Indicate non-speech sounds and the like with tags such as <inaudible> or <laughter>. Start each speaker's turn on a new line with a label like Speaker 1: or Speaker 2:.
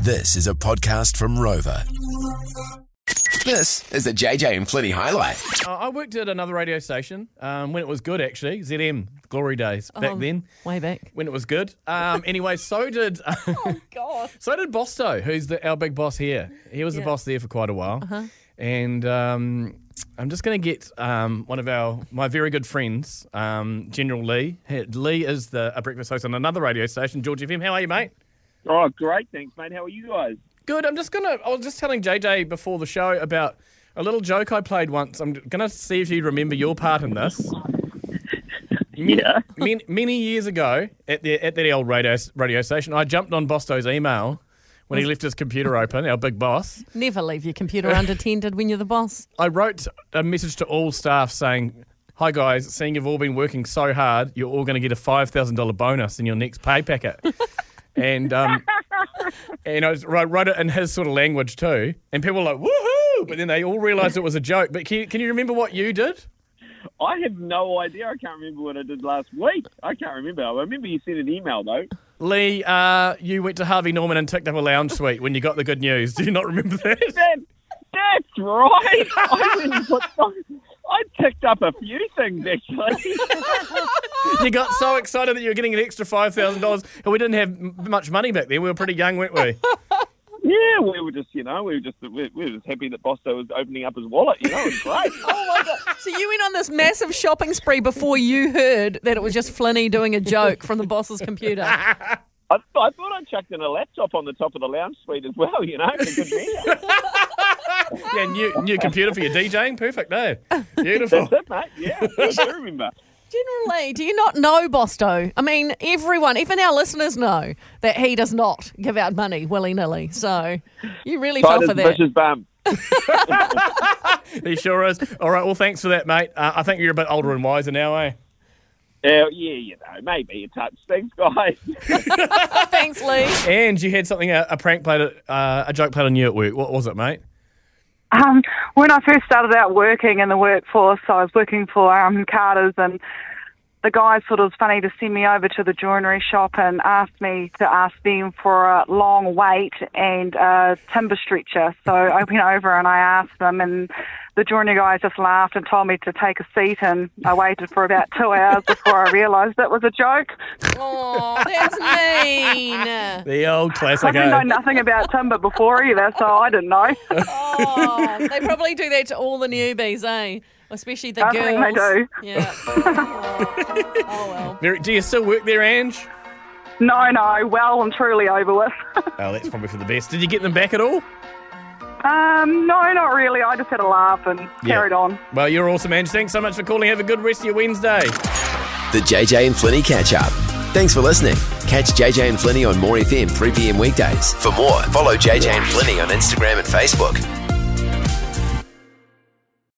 Speaker 1: This is a podcast from Rover.
Speaker 2: This is a JJ and Flinny highlight.
Speaker 3: Uh, I worked at another radio station um, when it was good, actually. ZM, glory days back
Speaker 4: Oh,
Speaker 3: then,
Speaker 4: Way back.
Speaker 3: when it was good. Um, anyway, so did <laughs>
Speaker 4: Oh, God.
Speaker 3: so did Bosto, who's the, our big boss here. He was the
Speaker 4: Yeah. Uh-huh.
Speaker 3: boss there for quite a while, and um, I'm just going to get um, one of our my very good friends, um, General Lee. Hey, Lee is the a breakfast host on another radio station, George FM. How are you, mate?
Speaker 5: Oh, great. Thanks, mate. How are you guys?
Speaker 3: Good. I'm just gonna. I was just telling JJ before the show about a little joke I played once. I'm gonna see if you remember your part in this.
Speaker 5: Yeah.
Speaker 3: many, many years ago at the at that old radio radio station, I jumped on Bosto's email when he left his computer open. Our big boss.
Speaker 4: Never leave your computer unattended when you're the boss.
Speaker 3: I wrote a message to all staff saying. Hi guys, seeing you've all been working so hard, you're all going to get a five thousand dollar bonus in your next pay packet, and um, and I was- I wrote it in his sort of language too, and people were like woohoo, but then they all realised it was a joke. But can you, can you remember what you did?
Speaker 5: I have no idea. I can't remember what I did last week. I can't remember. I remember you sent an email, though.
Speaker 3: Lee, uh, you went to Harvey Norman and ticked up a lounge suite when you got the good news. Do you not remember
Speaker 6: <laughs>
Speaker 3: that?
Speaker 5: That, that's right.
Speaker 4: <laughs>
Speaker 5: I, didn't put, I ticked up a few
Speaker 4: <laughs>
Speaker 5: things, actually.
Speaker 3: You got so excited that you were getting an extra five thousand dollars, and we didn't have m- much money back then. We were pretty young, weren't we?
Speaker 5: yeah, we were just, you know, we were just we we were just happy that Bosto was opening up his wallet. You know, it was great.
Speaker 4: <laughs> Oh my God. So you went on this massive shopping spree before you heard that it was just Flinny doing a joke from the boss's computer.
Speaker 5: I, I thought I chucked in a laptop on the top of the lounge suite as well, you know. for
Speaker 4: <laughs>
Speaker 5: good measure.
Speaker 3: Yeah, new new computer for your DJing, perfect, no, beautiful.
Speaker 6: <laughs>
Speaker 5: That's it, mate. Yeah, I do remember.
Speaker 4: Generally, do you not know Bosto? I mean, everyone, even our listeners know that he does not give out money willy nilly. So you really fell
Speaker 5: Tight
Speaker 4: for
Speaker 5: as
Speaker 4: that.
Speaker 5: Bush's bum.
Speaker 3: He sure is. All right, well, thanks for that, mate. Uh, I think you're a bit older and wiser now, eh?
Speaker 5: Uh, yeah, you know, maybe a touch. Thanks, guys.
Speaker 4: Thanks, Lee.
Speaker 3: And you had something a, a prank played, at- uh, a joke played on you at work. What was it, mate?
Speaker 6: Um, when I first started out working in the workforce, I was working for um, Carter's, and the guy sort of was funny to send me over to the joinery shop and asked me to ask them for a long wait and a timber stretcher. So I went over and I asked them, and the joinery guy just laughed and told me to take a seat, and I waited for about two hours before I realised it was a joke.
Speaker 4: Oh, that's mean.
Speaker 3: The old
Speaker 6: I
Speaker 3: classic.
Speaker 6: didn't
Speaker 3: eh?
Speaker 6: know nothing about timber before either, so I didn't know.
Speaker 4: Oh, they probably do that to all the newbies, eh? Especially the
Speaker 6: I
Speaker 4: girls.
Speaker 6: think they do.
Speaker 4: Yeah. oh, oh, well.
Speaker 3: Very- Do you still work there, Ange?
Speaker 6: No, no, well and truly over with. <laughs>
Speaker 3: Oh, that's probably for the best. Did you get them back at all?
Speaker 6: Um, no, not really. I just had a laugh and carried on.
Speaker 3: Well, you're awesome, Ange. Thanks so much for calling. Have a good rest of your Wednesday.
Speaker 2: The JJ and Flinny catch up. Thanks for listening. Catch JJ and Flinny on More FM 3 p.m. weekdays. For more, follow JJ and Flinny on Instagram and Facebook.